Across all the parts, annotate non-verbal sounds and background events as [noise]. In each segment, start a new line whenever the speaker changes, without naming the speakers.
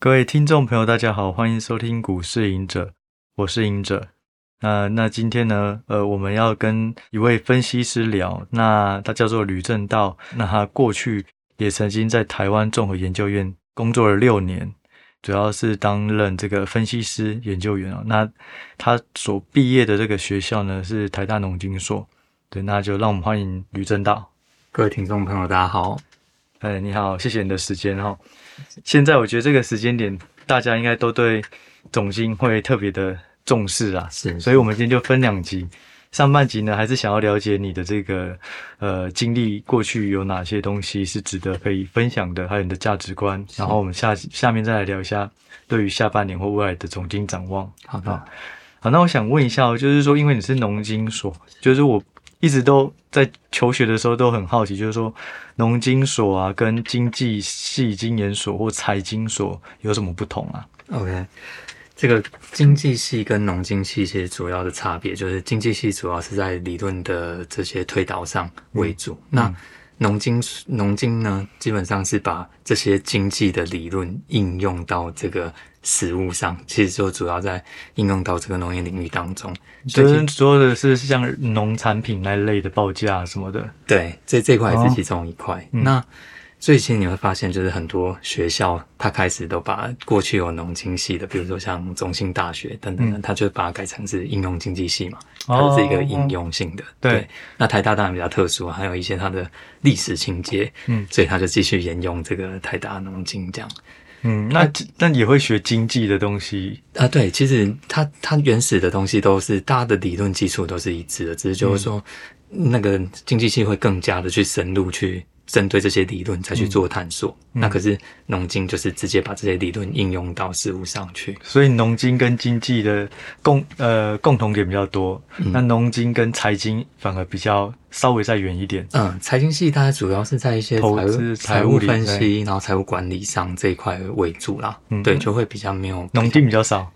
各位听众朋友，大家好，欢迎收听《股市赢者》，我是赢者。那那今天呢，呃，我们要跟一位分析师聊，那他叫做吕正道，那他过去也曾经在台湾综合研究院工作了六年，主要是担任这个分析师研究员哦。那他所毕业的这个学校呢是台大农经所，对，那就让我们欢迎吕正道。
各位听众朋友，大家好。
哎，你好，谢谢你的时间哈。现在我觉得这个时间点，大家应该都对总经会特别的重视啊，
是
所以我们今天就分两集。上半集呢，还是想要了解你的这个呃经历，过去有哪些东西是值得可以分享的，还有你的价值观。
是
然后我们下下面再来聊一下对于下半年或未来的总经展望。
好的，
好，那我想问一下哦，就是说，因为你是农经所，就是我一直都在求学的时候都很好奇，就是说，农经所啊，跟经济系、经研所或财经所有什么不同啊？
OK，这个经济系跟农经系其实主要的差别就是，经济系主要是在理论的这些推导上为主。那农经农经呢，基本上是把这些经济的理论应用到这个实物上，其实就主要在应用到这个农业领域当中。
就
所以
是说的是像农产品那类的报价什么的，
对，这这块也
哦
是其中一块。
嗯
那最近你会发现，就是很多学校它开始都把过去有农经系的，比如说像中兴大学等等
嗯
的，
哦
它就把它改成是应用经济系嘛，它是一个应用性的。
对
那台大当然比较特殊啊，还有一些它的历史情节，
嗯
所以它就继续沿用这个台大农经这样。
嗯，那那也会学经济的东西，
啊，对，其实它它原始的东西都是大家的理论基础都是一致的，只是
嗯
就是说、那个经济系会更加的去深入去针对这些理论再
嗯
去做探索。那可是农经就是直接把这些理论应用到事物上去。
所以农经跟经济的共呃共同点比较多，那农经跟财经反而比较稍微再远一点。
嗯，财经系它主要是在一些
投
财务
资财
财
务
务
理
分
财
析，然后财务管理上这一块为主啦。
嗯
对，就会比较没有
农经比较少，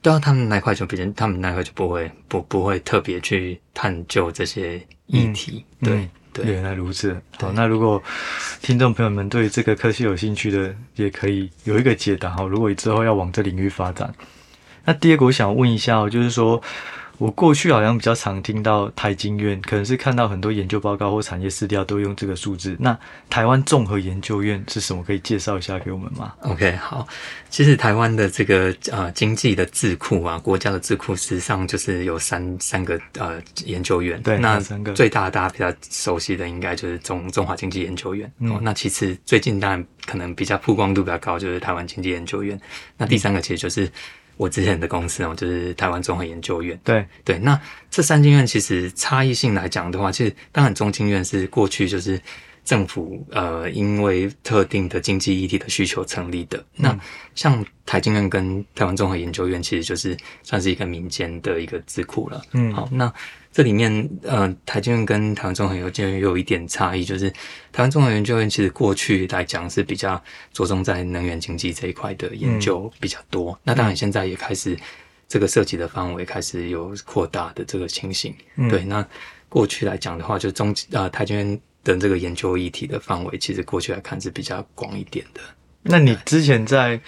对啊，他们那一块就比较，他们那一块就不会不不会特别去探究这些议题。
嗯
对、
嗯
对。
原来如此。好，
对
那如果听众朋友们对这个科系有兴趣的，也可以有一个解答哈。如果之后要往这领域发展，那第二个我想问一下哦，就是说我过去好像比较常听到台经院，可能是看到很多研究报告或产业资料都用这个数字。那台湾综合研究院是什么？可以介绍一下给我们吗？
OK，好，其实台湾的这个呃经济的智库啊，国家的智库，实际上就是有三三个呃研究院。
对
那
有三个
最大的大家比较熟悉的应该就是中中华经济研究院。
嗯
哦，那其次最近当然可能比较曝光度比较高，就是台湾经济研究院。那第三个其实就是我之前的公司哦，就是台湾综合研究院。
对，
对，那这三经院其实差异性来讲的话，其实当然中经院是过去就是政府呃因为特定的经济议题的需求成立的。那像台经院跟台湾综合研究院，其实就是算是一个民间的一个智库了。
嗯
好，那这里面呃，台经院跟台湾综合研究院有一点差异，就是台湾综合研究院其实过去来讲是比较着重在能源经济这一块的研究比较多。那当然现在也开始这个涉及的范围开始有扩大的这个情形。
嗯
对，那过去来讲的话，就中呃台经院的这个研究议题的范围，其实过去来看是比较广一点的。
那你之前在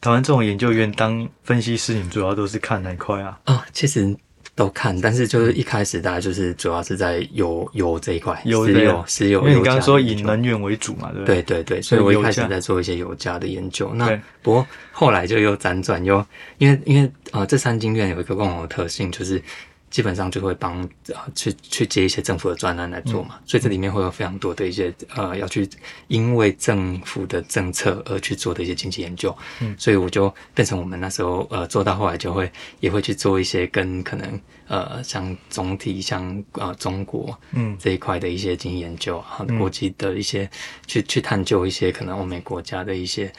台湾综合研究院当分析师，你主要都是看哪一块啊？
啊、其实都看，但是就是一开始大家就是主要是在油油这一块，
油
石
这
油石油，
因为你
油
刚
价
刚
的
说
研
以
究
能源为主嘛，对不对？
对对对，所以我一
油
开始
价
在做一些油价的研究。
对
那不过后来就又辗转又，因为因为呃，这三经院有一个共同的特性，就是基本上就会帮呃去去接一些政府的专案来做
嗯
嘛，所以这里面会有非常多的一些呃要去因为政府的政策而去做的一些经济研究。
嗯
所以我就变成我们那时候呃做到后来就会也会去做一些跟可能呃像总体像呃中国
嗯
这一块的一些经济研究啊，国际的一些、去去探究一些可能欧美国家的一些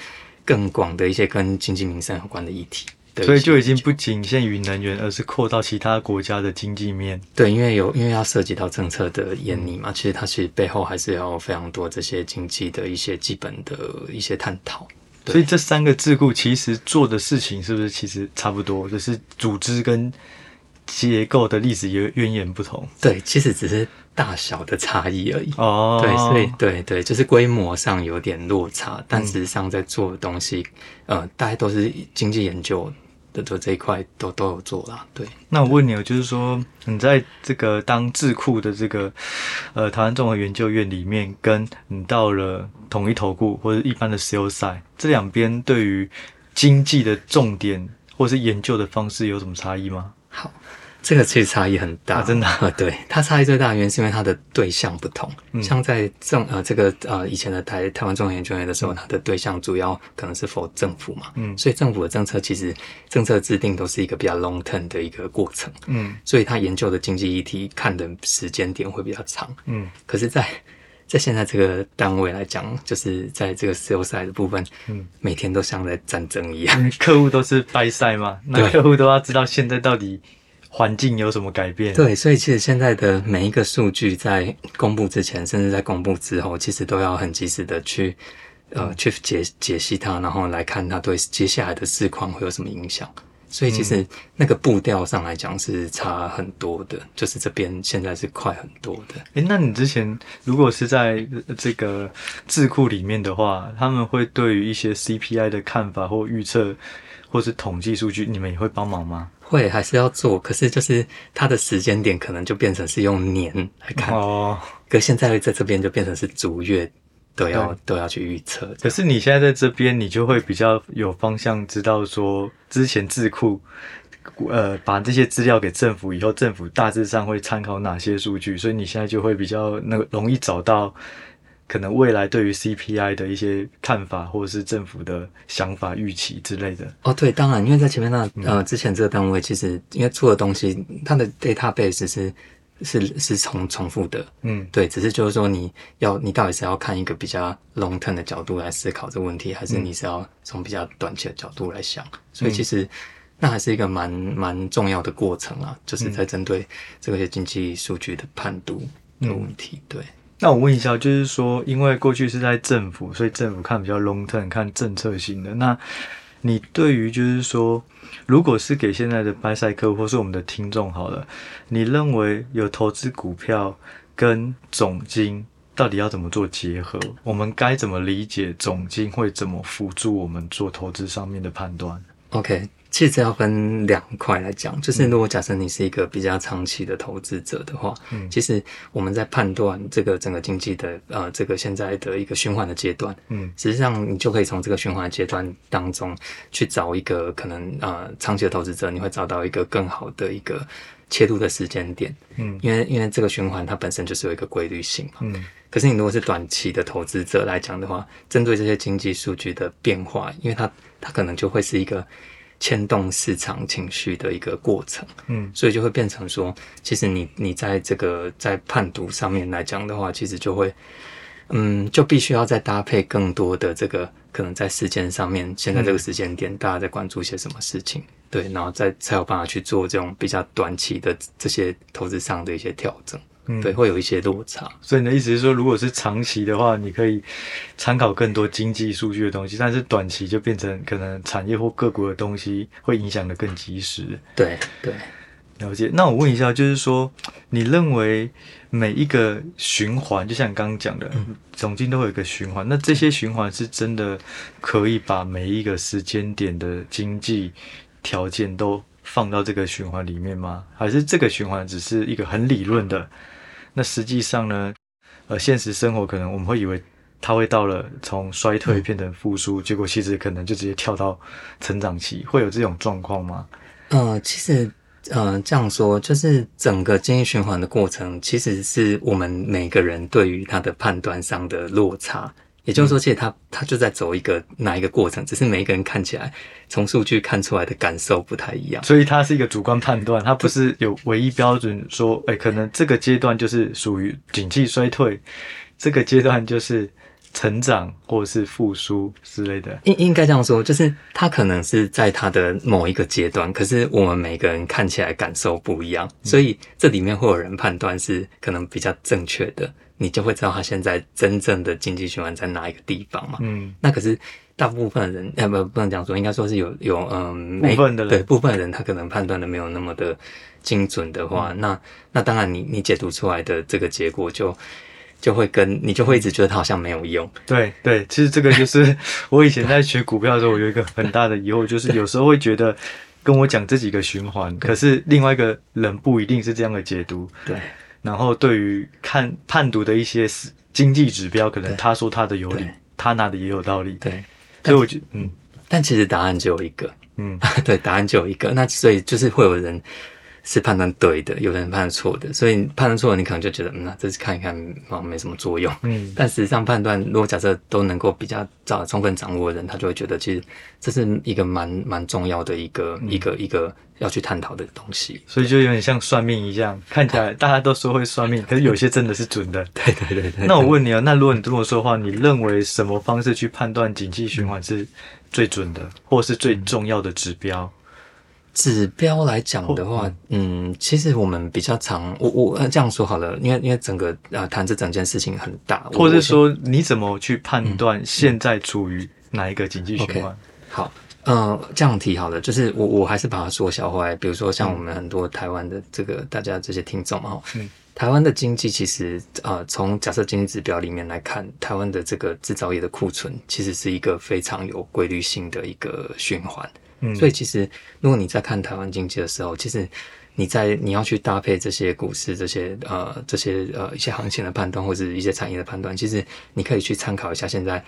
更广的一些跟经济民生有关的议题的一些。
所以就已经不仅限于能源，而是扩到其他国家的经济面。
对，因为有因为要涉及到政策的研拟嘛，
嗯
其实它其实背后还是要非常多这些经济的一些基本的一些探讨。对
所以这三个智库其实做的事情是不是其实差不多，只是组织跟结构的历史也源远不同。
对，其实只是大小的差异而已。
哦，
对，所以对对，就是规模上有点落差，
嗯
但事实上在做的东西，呃，大家都是经济研究的做这一块都都有做啦。对，
那我问你哦，就是说你在这个当智库的这个呃台湾综合研究院里面，跟你到了统一投顾或者一般的 sales side 这两边，对于经济的重点或是研究的方式有什么差异吗？
好，这个其实差异很大，
啊真的啊
呃 [laughs] 对，它差异最大的原因是因为它的对象不同。
嗯
像在政呃这个呃以前的台台湾中研究院的时候，它的对象主要可能是否政府嘛，
嗯
所以政府的政策其实政策制定都是一个比较 long term 的一个过程，
嗯
所以它研究的经济议题看的时间点会比较长。
嗯
可是在，在现在这个单位来讲，就是在这个 sales side 的部分，
嗯，
每天都像在战争一样。
嗯 [laughs] 客户都是掰赛嘛，那
对
客户都要知道现在到底环境有什么改变。，
对，所以其实现在的每一个数据在公布之前，甚至在公布之后，其实都要很及时的去呃
嗯
去解解析它，然后来看它对接下来的市况会有什么影响。所以
嗯
其实那个步调上来讲是差很多的，就是这边现在是快很多的。
诶，那你之前如果是在呃这个智库里面的话，他们会对于一些 CPI 的看法或预测，或是统计数据，你们也会帮忙吗？
会还是要做，可是就是它的时间点可能就变成是用年来看，
哦，
可现在在这边就变成是逐月都要
对
都要去预测
可
这样，
是你现在在这边，你就会比较有方向，知道说之前智库。呃，把这些资料给政府以后，政府大致上会参考哪些数据？所以你现在就会比较那个容易找到可能未来对于 CPI 的一些看法，或者是政府的想法、预期之类的。
哦，对，当然，因为在前面那呃之前这个单位其实因为做的东西，它的 database 是是是重重复的，
嗯
对，只是就是说你要你到底是要看一个比较 long term 的角度来思考这个问题，还是你是要从比较短期的角度来想？所以其实那还是一个蛮蛮重要的过程啊，就是在针对这些经济数据的判读的问题。对，
那我问一下，就是说，因为过去是在政府，所以政府看比较 long term，看政策性的。那你对于就是说，如果是给现在的拜赛客户或是我们的听众好了，你认为有投资股票跟总金到底要怎么做结合？我们该怎么理解总金会怎么辅助我们做投资上面的判断？
OK，其实这要分两块来讲，就是如果假设你是一个比较长期的投资者的话，
嗯
其实我们在判断这个整个经济的呃这个现在的一个循环的阶段，
嗯
实际上你就可以从这个循环的阶段当中去找一个可能呃长期的投资者，你会找到一个更好的一个切入的时间点，
嗯
因为因为这个循环它本身就是有一个规律性嘛。
嗯
可是你如果是短期的投资者来讲的话，针对这些经济数据的变化，因为它它可能就会是一个牵动市场情绪的一个过程，
嗯
所以就会变成说，其实你你在这个在判读上面来讲的话，其实就会，嗯，就必须要再搭配更多的这个可能在时间上面，现在这个时间点大家在关注些什么事情，对，然后再才有办法去做这种比较短期的这些投资上的一些调整，
嗯
对，会有一些落差。
所以你的意思是说，如果是长期的话，你可以参考更多经济数据的东西，但是短期就变成可能产业或个股的东西会影响的更及时。
对对，
了解。那我问一下，就是说，你认为每一个循环，就像你刚刚讲的，总经都会有一个循环，那这些循环是真的可以把每一个时间点的经济条件都放到这个循环里面吗？还是这个循环只是一个很理论的？那实际上呢，呃，现实生活可能我们会以为。它会到了从衰退变成复苏，结果其实可能就直接跳到成长期，会有这种状况吗？
呃，其实，呃，这样说就是整个经济循环的过程，其实是我们每个人对于它的判断上的落差。也就是说，其实它它就在走一个哪一个过程，只是每一个人看起来从数据看出来的感受不太一样。
所以它是一个主观判断，它不是有唯一标准说，哎、可能这个阶段就是属于景气衰退，这个阶段就是成长或者是复苏之类的。
应应该这样说，就是它可能是在它的某一个阶段，可是我们每个人看起来感受不一样，所以这里面会有人判断是可能比较正确的，你就会知道它现在真正的经济循环在哪一个地方嘛。
嗯
那可是大部分人呃不不能讲说，应该说是有有嗯
部分的人
对部分人他可能判断的没有那么的精准的话，
嗯
那那当然你你解读出来的这个结果就就会跟你就会一直觉得它好像没有用，
对对，其实这个就是我以前在学股票的时候，我有一个很大的疑惑，就是有时候会觉得跟我讲这几个循环，可是另外一个人不一定是这样的解读。
对
然后对于看判读的一些思经济指标，可能他说他的有理
对，
他拿的也有道理。
对，
所以我觉得，嗯
但其实答案只有一个， [laughs]
嗯，
对，答案只有一个。那所以就是会有人是判断对的，有人判断错的。所以判断错的，你可能就觉得，嗯，那这次看一看好像没什么作用。
嗯
但实际上判断，如果假设都能够比较早充分掌握的人，他就会觉得，其实这是一个蛮蛮重要的一个、一个一个要去探讨的东西。
所以就有点像算命一样，看起来大家都说会算命，可是有些真的是准的。
[laughs] 对对对对。
那我问你啊，那如果你这么说的话，你认为什么方式去判断景气循环是最准的，或是最重要的指标？
指标来讲的话，嗯，其实我们比较常，我我呃这样说好了，因为因为整个呃谈这整件事情很大，我
或者
我
说你怎么去判断现在处于哪一个经济循
OK
环？
好，嗯，这样提好了，就是我我还是把它缩小回来，比如说像我们很多台湾的这个、大家这些听众嘛，哈
嗯
台湾的经济其实呃，从假设经济指标里面来看，台湾的这个制造业的库存其实是一个非常有规律性的一个循环，
嗯
所以其实如果你在看台湾经济的时候，其实。你在你要去搭配这些股市、这些呃、这些呃一些行情的判断，或者一些产业的判断，其实你可以去参考一下现在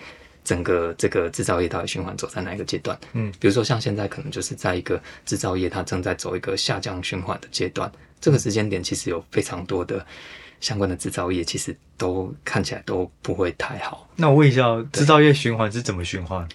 整个这个制造业到底循环走在哪一个阶段。比如说像现在可能就是在一个制造业，它正在走一个下降循环的阶段。这个时间点其实有非常多的相关的制造业，其实都看起来都不会太好。
那我问一下哦，制造业循环是怎么循环？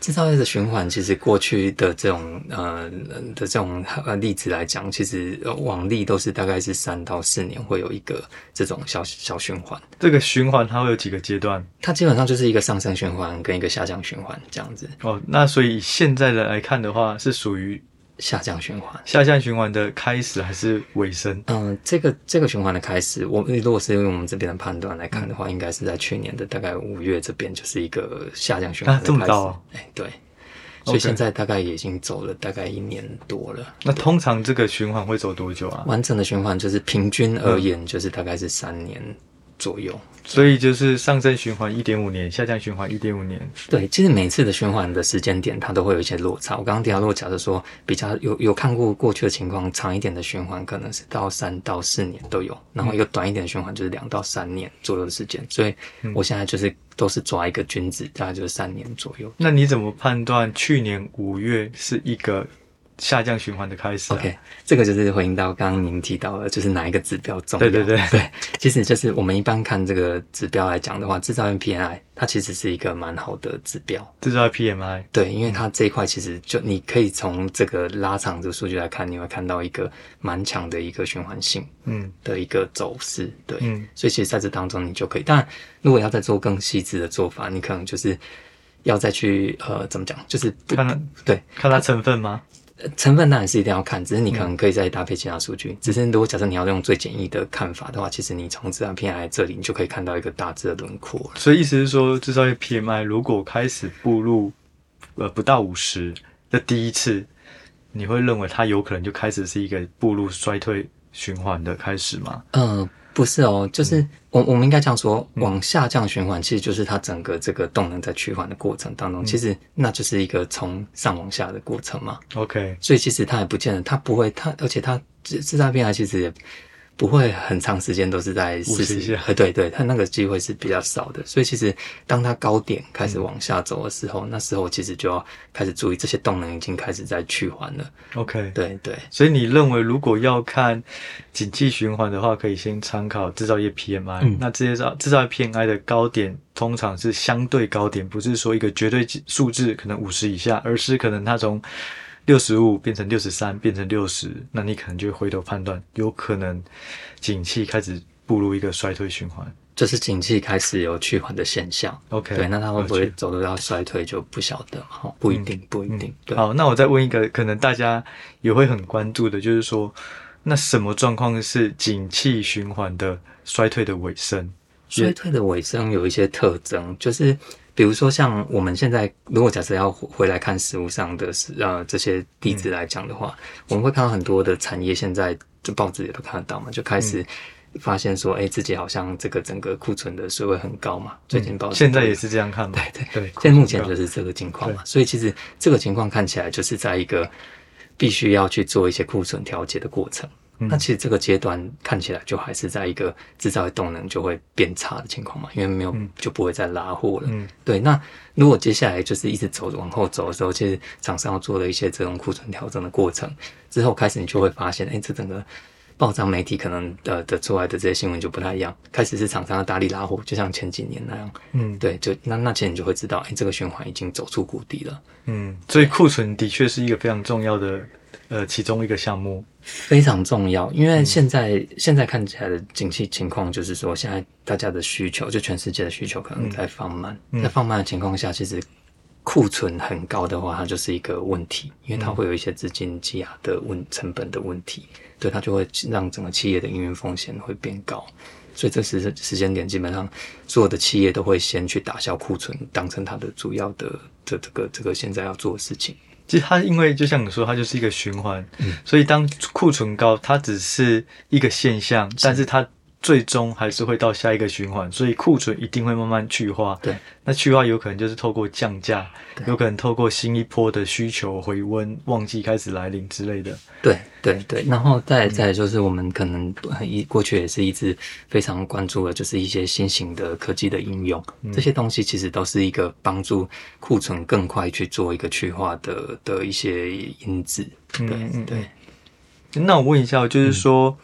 制造业的循环，其实过去的这种呃的这种呃例子来讲，其实呃往例都是大概是三到四年会有一个这种小小循环。
这个循环它会有几个阶段？
它基本上就是一个上升循环跟一个下降循环这样子，
哦，那所以以现在的来看的话，是属于
下降循环。
下降循环的开始还是尾声？
嗯，这个这个循环的开始，我如果是用我们这边的判断来看的话，应该是在去年的大概五月这边就是一个下降循环
啊这
的
么
开始。
高啊
哎，对，所以
OK
现在大概也已经走了大概一年多了。
那通常这个循环会走多久啊？
完整的循环就是平均而言，就是大概是三年左右。
所以就是上升循环一点五年，下降循环一点五年。
对，其实每次的循环的时间点，它都会有一些落差。我刚刚提到落差是说，比较有有看过过去的情况，长一点的循环可能是到三到四年都有，然后一个短一点的循环就是两到三年左右的时间。所以我现在就是都是抓一个均值，大概就是三年左右。
那你怎么判断去年五月是一个下降循环的开始、啊
OK，这个就是回应到刚刚您提到的，就是哪一个指标重
对
要？
对对
对，其实就是我们一般看这个指标来讲的话，制造业 PNI 它其实是一个蛮好的指标。
这叫 PMI。
对，因为它这一块其实就你可以从这个拉长这个数据来看，你会看到一个蛮强的一个循环性
嗯
的一个走势。对，
嗯
所以其实在这当中你就可以，但如果要再做更细致的做法，你可能就是要再去呃怎么讲，就是不
看它
对
看它成分吗？
呃成分当然是一定要看，只是你可能可以再搭配其他数据。只是如果假设你要用最简易的看法的话，其实你从自然偏爱这里，你就可以看到一个大致的轮廓了。
所以意思是说，制造业 PMI 如果开始步入呃不到五十的第一次，你会认为它有可能就开始是一个步入衰退循环的开始吗？
呃，不是哦，就是我我们应该这样说，往下降循环其实就是它整个这个动能在趋缓的过程当中，其实那就是一个从上往下的过程嘛。
OK，
所以其实它也不见得，它不会，它而且它制制造变态其实也不会很长时间都是在四
50以
十
下，
呃，对对，它那个机会是比较少的。所以其实当它高点开
嗯
始往下走的时候，那时候其实就要开始注意这些动能已经开始在趋缓了。
OK，
对对。
所以你认为如果要看景气循环的话，可以先参考制造业 PMI、
嗯
那这些制造制造业 PMI 的高点通常是相对高点，不是说一个绝对数字可能五十以下，而是可能它从六十五变成六十三，变成六十，那你可能就会回头判断，有可能景气开始步入一个衰退循环。
就是景气开始有趋缓的现象。
OK，
对，那它会不
了
会
解嗯
走入到衰退就不晓得嘛，哈不一定，不一定。对，
好，那我再问一个，可能大家也会很关注的，就是说，那什么状况是景气循环的衰退的尾声？
衰退的尾声有一些特征，就是比如说像我们现在，如果假设要回回来看实物上的是呃这些地址来讲的话，
嗯
我们会看到很多的产业现在就报纸也都看得到嘛，就开
嗯
始发现说，哎、自己好像这个整个库存的水位很高嘛，最近报纸
现在
都
也是这样看嘛？
对
对
现在目前就是这个情况嘛，所以其实这个情况看起来就是在一个必须要去做一些库存调节的过程。
嗯
那其实这个阶段看起来就还是在一个制造业动能就会变差的情况嘛，因为没有
嗯
就不会再拉货了。
嗯
对，那如果接下来就是一直走往后走的时候，其实厂商要做了一些这种库存调整的过程之后，开始你就会发现，哎、这整个报章媒体可能的的出来的这些新闻就不太一样，开始是厂商要大力拉货，就像前几年那样，
嗯
对，就那那其实你就会知道，哎、这个循环已经走出谷底了，
嗯，所以库存的确是一个非常重要的呃其中一个项目。
非常重要。因
嗯
为现在、现在看起来的景气情况就是说，现在大家的需求，就全世界的需求可能在放慢，
嗯
在放慢的情况下，其实库存很高的话，它就是一个问题，因为
嗯
它会有一些资金积压的问成本的问题，对它就会让整个企业的营运风险会变高。所以这时时间点，基本上所有的企业都会先去打消库存，当成它的主要的这这个这个现在要做的事情。
其实它因为就像你说，它就是一个循环，
嗯
所以当库存高，它只是一个现象，但是它最终还是会到下一个循环，所以库存一定会慢慢去化。
对，
那去化有可能就是透过降价，有可能透过新一波的需求回温、旺季开始来临之类的。
对对对，然后
嗯
再再来就是我们可能呃一过去也是一直非常关注的，就是一些新型的科技的应用，
嗯
这些东西其实都是一个帮助库存更快去做一个去化的的一些因子。对
嗯嗯
对，
那我问一下，
嗯
就是说、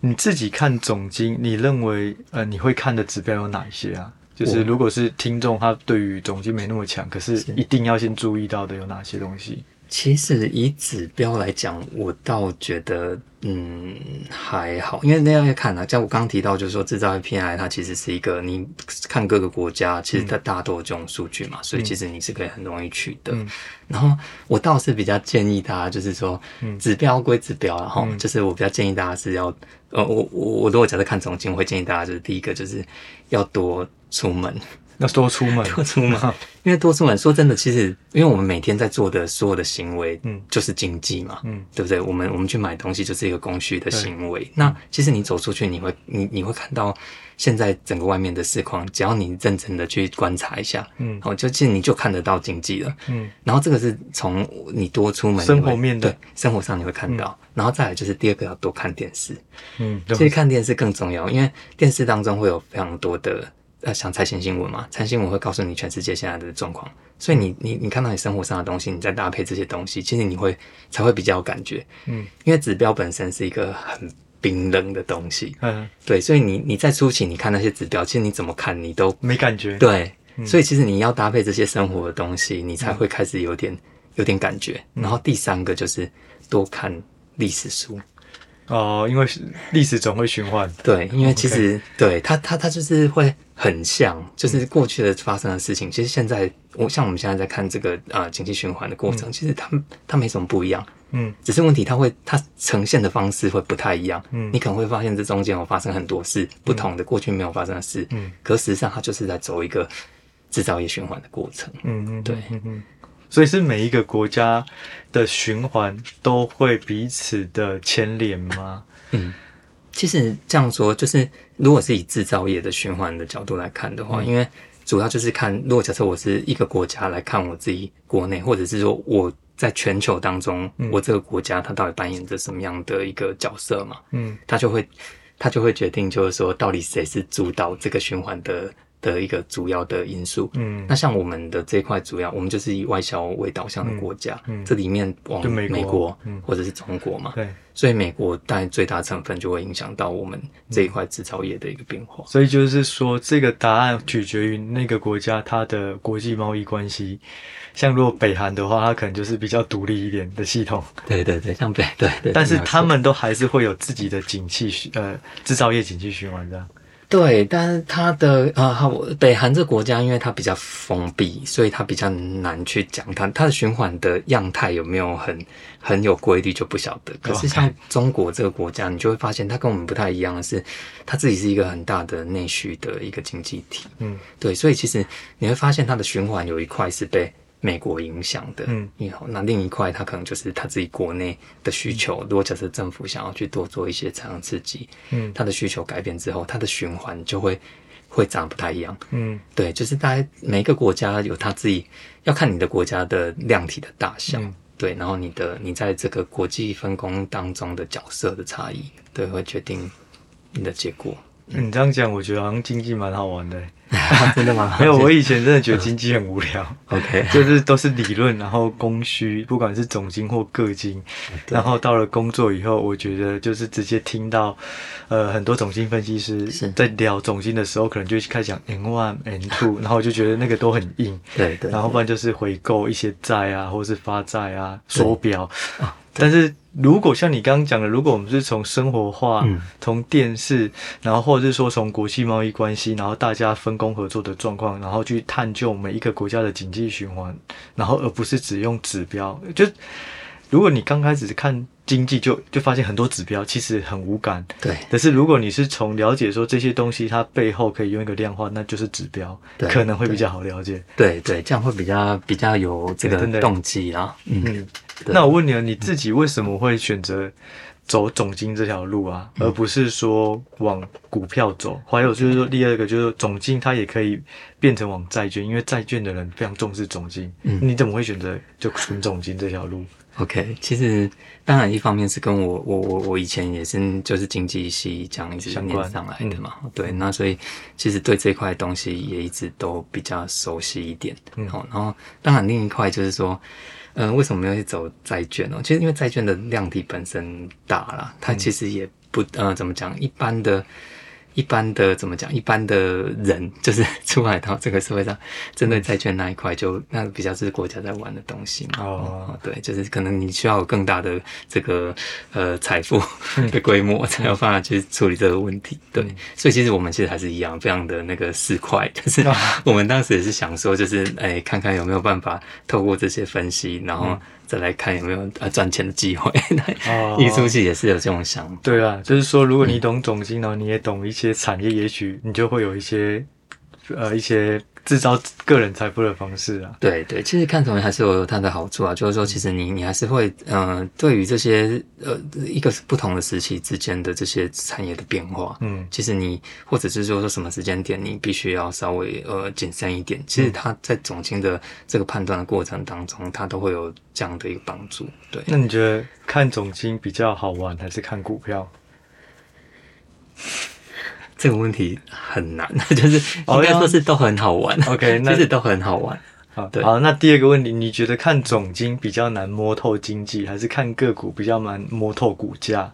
你自己看总经，你认为呃你会看的指标有哪一些啊？就是
我
如果是听众，他对于总经没那么强，可是一定要先注意到的有哪些东西？
其实以指标来讲，我倒觉得嗯还好，因为那要看啊，像我刚刚提到，就是说制造业 PI 它其实是一个你看各个国家，其实
嗯
它大家都有这种数据嘛，所以其实你是可以很容易取得。
嗯
然后我倒是比较建议大家，就是说指标归指标啦，然后、
嗯
就是我比较建议大家是要呃，我我我如果假设看总经，我会建议大家就是第一个就是要多出门。
要多出门，
多出门， [laughs] 因为多出门，说真的，其实因为我们每天在做的所有的行为，
嗯
嗯，就是经济嘛，
嗯
对不对？我们我们去买东西就是一个供需的行为。那其实你走出去，你会你你会看到现在整个外面的市况，只要你认真的去观察一下，
嗯
哦，就其实你就看得到经济了。
嗯
然后这个是从你多出门你会，
生活面嗯的
对生活上你会看到，然后再来就是第二个要多看电视，
嗯，
其实看电视更重要，因为电视当中会有非常多的呃，像财经新闻嘛，财经新闻会告诉你全世界现在的状况，所以你你你看到你生活上的东西，你再搭配这些东西，其实你会才会比较有感觉，
嗯，
因为指标本身是一个很冰冷的东西，
嗯，
对，所以你你在初期你看那些指标，其实你怎么看你都
没感觉。
对，所以其实你要搭配这些生活的东西，你才会开始有点有点感觉。然后第三个就是多看历史书，
哦、因为是历史总会循环。
对，因为其实、对它它它就是会很像，
嗯
就是过去的发生的事情。其实现在我像我们现在在看这个呃经济循环的过程，其实它它没什么不一样。
嗯
只是问题，它会它呈现的方式会不太一样，
嗯
你可能会发现这中间有发生很多事，不同的过去没有发生的事，
嗯，
可事实上它就是在走一个制造业循环的过程，
嗯嗯，
对
嗯嗯。所以是每一个国家的循环都会彼此的牵连吗？
嗯，其实这样说，就是如果是以制造业的循环的角度来看的
嗯
话，因为主要就是看，如果假设我是一个国家来看我自己国内，或者是说我在全球当中，
嗯
我这个国家它到底扮演着什么样的一个角色嘛？
嗯，
它就会它就会决定，就是说到底谁是主导这个循环的的一个主要的因素。
嗯
那像我们的这一块主要，我们就是以外销为导向的国家，
嗯嗯
这里面往
就美国
美国
嗯
或者是中国嘛，
对。
所以美国当然最大成分就会影响到我们这一块制造业的一个变化。
所以就是说，这个答案取决于那个国家它的国际贸易关系。像如果北韩的话，它可能就是比较独立一点的系统，
对对对，像北对对，
但是
没有错
他们都还是会有自己的景气循呃制造业景气循环这样。
对，但是它的啊，好我北韩这国家，因为它比较封闭，所以它比较难去讲它它的循环的样态有没有很很有规律就不晓得。可是像
OK
中国这个国家，你就会发现它跟我们不太一样的是，它自己是一个很大的内需的一个经济体。
嗯，
对，所以其实你会发现它的循环有一块是被美国影响的，
嗯，
以后那另一块它可能就是它自己国内的需求。如果假设政府想要去多做一些这样刺激，
嗯
它的需求改变之后，它的循环就会会长得不太一样。
嗯
对，就是大家每一个国家有它自己，要看你的国家的量体的大小，
嗯
对，然后你的你在这个国际分工当中的角色的差异，对，会决定你的结
[laughs]
果。
嗯你这样讲，我觉得好像经济蛮好玩的欸。
真的 [laughs]
[laughs]
吗？
没有，我以前真的觉得经济很无聊，
OK， [laughs]
就是都是理论，然后供需，不管是总经或个经，
对
然后到了工作以后，我觉得就是直接听到，呃，很多总经分析师
是
在聊总经的时候，可能就开始讲 N one、N two，然后我就觉得那个都很硬，
对对，
然后不然就是回购一些债啊，或是发债啊、缩表。
啊
但是如果像你刚刚讲的，如果我们是从生活化
嗯、
从、电视，然后或者是说从国际贸易关系，然后大家分工合作的状况，然后去探究每一个国家的经济循环，然后而不是只用指标。就如果你刚开始看经济就，就发现很多指标其实很无感。
对
可是如果你是从了解说这些东西它背后可以用一个量化，那就是指标，
对
可能会比较好了解。
对对，这样会比较比较有这
对真的
个动机啊。嗯，
嗯，
对
那我问你啊，你自己为什么会选择走总经这条路啊，而不是说往股票走？还有就是说，第二个就是总经它也可以变成往债券，因为债券的人非常重视总经。
嗯
你怎么会选择就纯总经这条路？
OK，其实当然一方面是跟我我我我以前也是就是经济系这样一直
相关嗯
念上来的嘛，对，那所以其实对这块东西也一直都比较熟悉一点。
嗯
好、然后当然另一块就是说，嗯、为什么要去走债券哦？其实因为债券的量体本身大啦，它
嗯
其实也不呃怎么讲，一般的。一般的怎么讲？一般的人 [laughs] 就是出来到这个社会上，针
嗯
对债券那一块就，那比较是国家在玩的东西嘛。
哦，
对，就是可能你需要有更大的这个呃财富 [laughs] 的规模，才有办法去处理这个问题。对，所以其实我们其实还是一样，非常的那个市侩， [laughs] 就是我们当时也是想说，就是哎、看看有没有办法透过这些分析，然后再来看有没有呃赚钱的机会。 [laughs]
哦
艺术系也是有这种想法。
对啊，就是说，如果你懂总经，然后你也懂一些产业，也许你就会有一些呃一些制造个人财富的方式啊。
对对，其实看总还是有它的好处啊，就是说，其实你你还是会，嗯、对于这些呃一个不同的时期之间的这些产业的变化，
嗯
其实你或者是说说什么时间点，你必须要稍微呃谨慎一点。其实它在总经的这个判断的过程当中，它都会有这样的一个帮助。对，
那你觉得看总经比较好玩，还是看股 [laughs] 票？
这个问题很难， [laughs] 就是
哦
应该
要
说是都很好玩。
OK，那
[laughs] 其实都很好玩。
好
对
好，那第二个问题，你觉得看总经比较难摸透经济，还是看个股比较难摸透股价，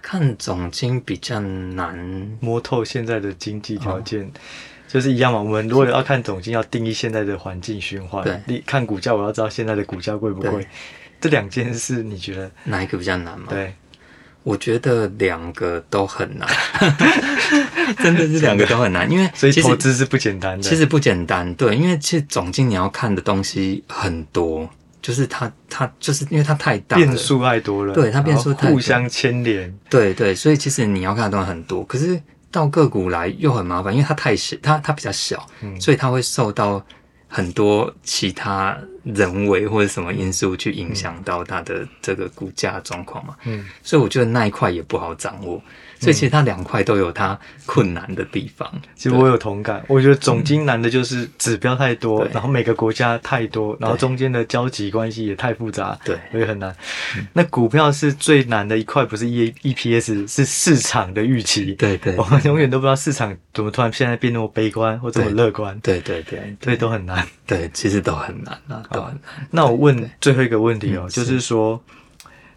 看总经比较难
摸透现在的经济条件？
哦
就是一样嘛，我们如果要看总经，要定义现在的环境循环；
对
你看股价，我要知道现在的股价贵不贵
对。
这两件事，你觉得？
哪一个比较难吗？
对，
我觉得两个都很难， [laughs] 真的是两个都很难，因为
所以
其实
投资是不简单的。
其实不简单，对，因为其实总经你要看的东西很多，就是它它就是因为它太大了
变数太多了，
对它变数
然后
太多
互相牵连。
对对，所以其实你要看的东西很多，可是到个股来又很麻烦，因为它太小，它它比较小，
嗯
所以它会受到很多其他人为或者什么因素去影响到它的这个股价状况嘛。
嗯
所以我觉得那一块也不好掌握，所以其实它两块都有它困难的地方。
其实我有同感，我觉得总经难的就是指标太多，
嗯对
然后每个国家太多，然后中间的交集关系也太复杂，
对嗯
所以很难。那股票是最难的一块，不是 E E P S，是市场的预期。
对对
我们永远都不知道市场怎么突然现在变那么悲观或这么
对
乐观，
对对对
所以都很难。
对，其实都很难啊，都很难。
那我问最后一个问题哦，
嗯
就是是说，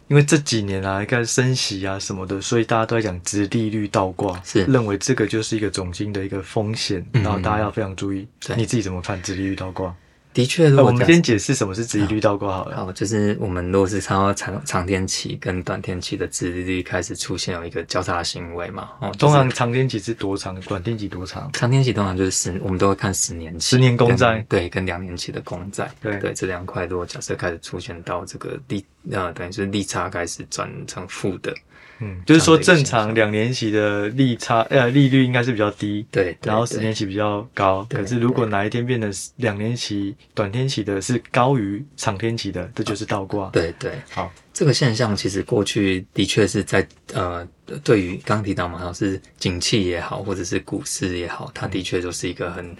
因为这几年啊，看升息啊什么的，所以大家都在讲直利率倒挂，
是
认为这个就是一个总金的一个风险，
嗯
然后大家要非常注意。
对
你自己怎么看直利率倒挂？
的确，如
呃
果
我们
讲
先解释什么是直译率倒挂好了。
好，就是我们如果是看到长长天期跟短天期的自利率开始出现有一个交叉的行为嘛，哦，就
通
是
常长天期是多长，短天期多长？
长天期通常就是十，我们都会看十年期
十年公债
跟对，跟两年期的公债，
对
对，这两块如果假设开始出现到这个利，呃，等于是利差开始转成负的，
嗯，就是说正
这样的
常两年期的利差呃利率应该是比较低，
对，对
然后十年期比较高。
对
可是如果哪一天变得两年期、短天期的是高于长天期的，这就是倒挂。，
对对，
好，
这个现象其实过去的确是在呃，对于刚提到嘛，像是景气也好，或者是股市也好，它的确就是一个很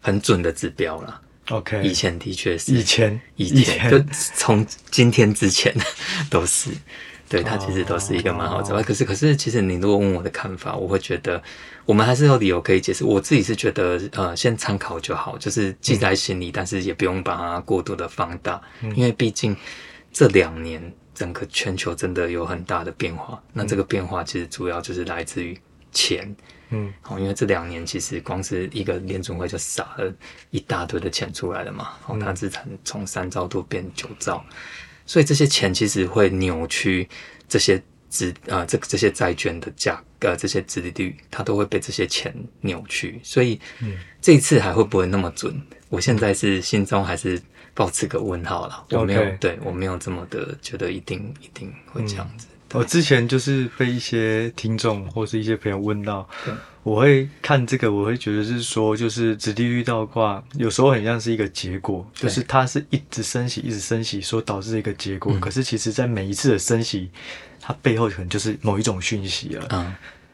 很准的指标啦。
，OK。
以前的确是，
以前
以前就从今天之前 [laughs] 都是，对它其实都是一个蛮好的指标。
哦
可是可是，其实你如果问我的看法，我会觉得我们还是有理由可以解释。我自己是觉得呃，先参考就好，就是记在心里，但是也不用把它过度的放大，因为毕竟这两年。整个全球真的有很大的变化，那这个变化其实主要就是来自于钱，
嗯
哦，因为这两年其实光是一个联准会就撒了一大堆的钱出来了嘛，哦，它资产从三兆多变九兆，所以这些钱其实会扭曲这些资呃这这些债券的价呃这些殖利率，它都会被这些钱扭曲，所以、这一次还会不会那么准？我现在是心中还是抱持个问号啦，我没有
OK
对我没有这么的觉得一定一定会这样子，
我之前就是被一些听众或是一些朋友问到，我会看这个，我会觉得是说，就是直利率倒挂，有时候很像是一个结果，
对
就是它是一直升息，一直升息所导致的一个结
嗯
果。可是其实，在每一次的升息，它背后可能就是某一种讯息了。
嗯，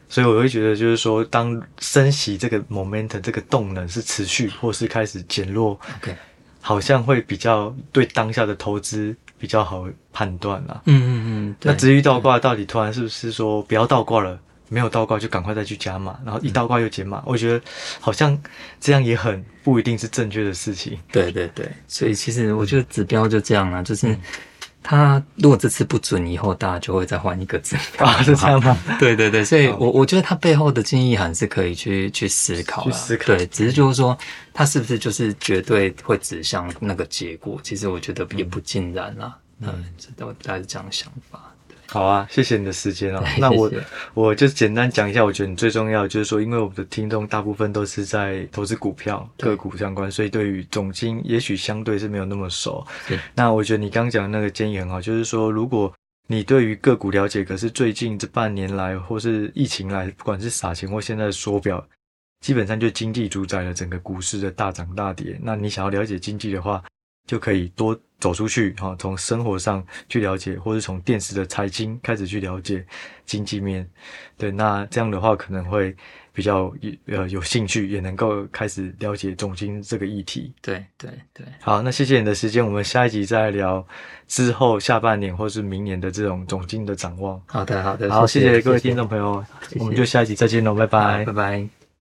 所以我会觉得，就是说，当升息这个 momentum 这个动能是持续或是开始减弱
OK
好像会比较对当下的投资比较好判断啦。
嗯嗯嗯，
那
对
至于倒挂到底突然是不是说不要倒挂了？没有倒挂就赶快再去加码，然后一倒挂又减码，我觉得好像这样也很不一定是正确的事情。
对对对，所以其实我觉得指标就这样啦，就是
嗯
它如果这次不准，以后大家就会再换一个指标
啊 [laughs] 是这样吗？
[laughs] 对对对，所以我我觉得它背后的建议函是可以去去思考啦，
去思考
对，只是就是说它是不是就是绝对会指向那个结果，其实我觉得也不尽然啦。嗯，这都大家是这样想法。
好啊，谢谢你的时
[laughs]
间哦。
哎
那我
谢谢
我就简单讲一下，我觉得你最重要的就是说，因为我们的听众大部分都是在投资股票、
对
个股相关，所以对于总经也许相对是没有那么熟
是。
那我觉得你刚讲的那个建议很好，就是说，如果你对于个股了解，可是最近这半年来或是疫情来，不管是撒钱或现在的缩表，基本上就经济主宰了整个股市的大涨大跌。那你想要了解经济的话，就可以多走出去哈，从生活上去了解，或是从电视的财经开始去了解经济面。对，那这样的话可能会比较呃有兴趣，也能够开始了解总经这个议题。
对对对，
好，那谢谢你的时间，我们下一集再聊之后下半年或是明年的这种总经的展望。
好的好的，
好，谢谢各位
谢
听众朋友，
谢谢
我们就下一集再见喽，拜
好
拜
拜。拜。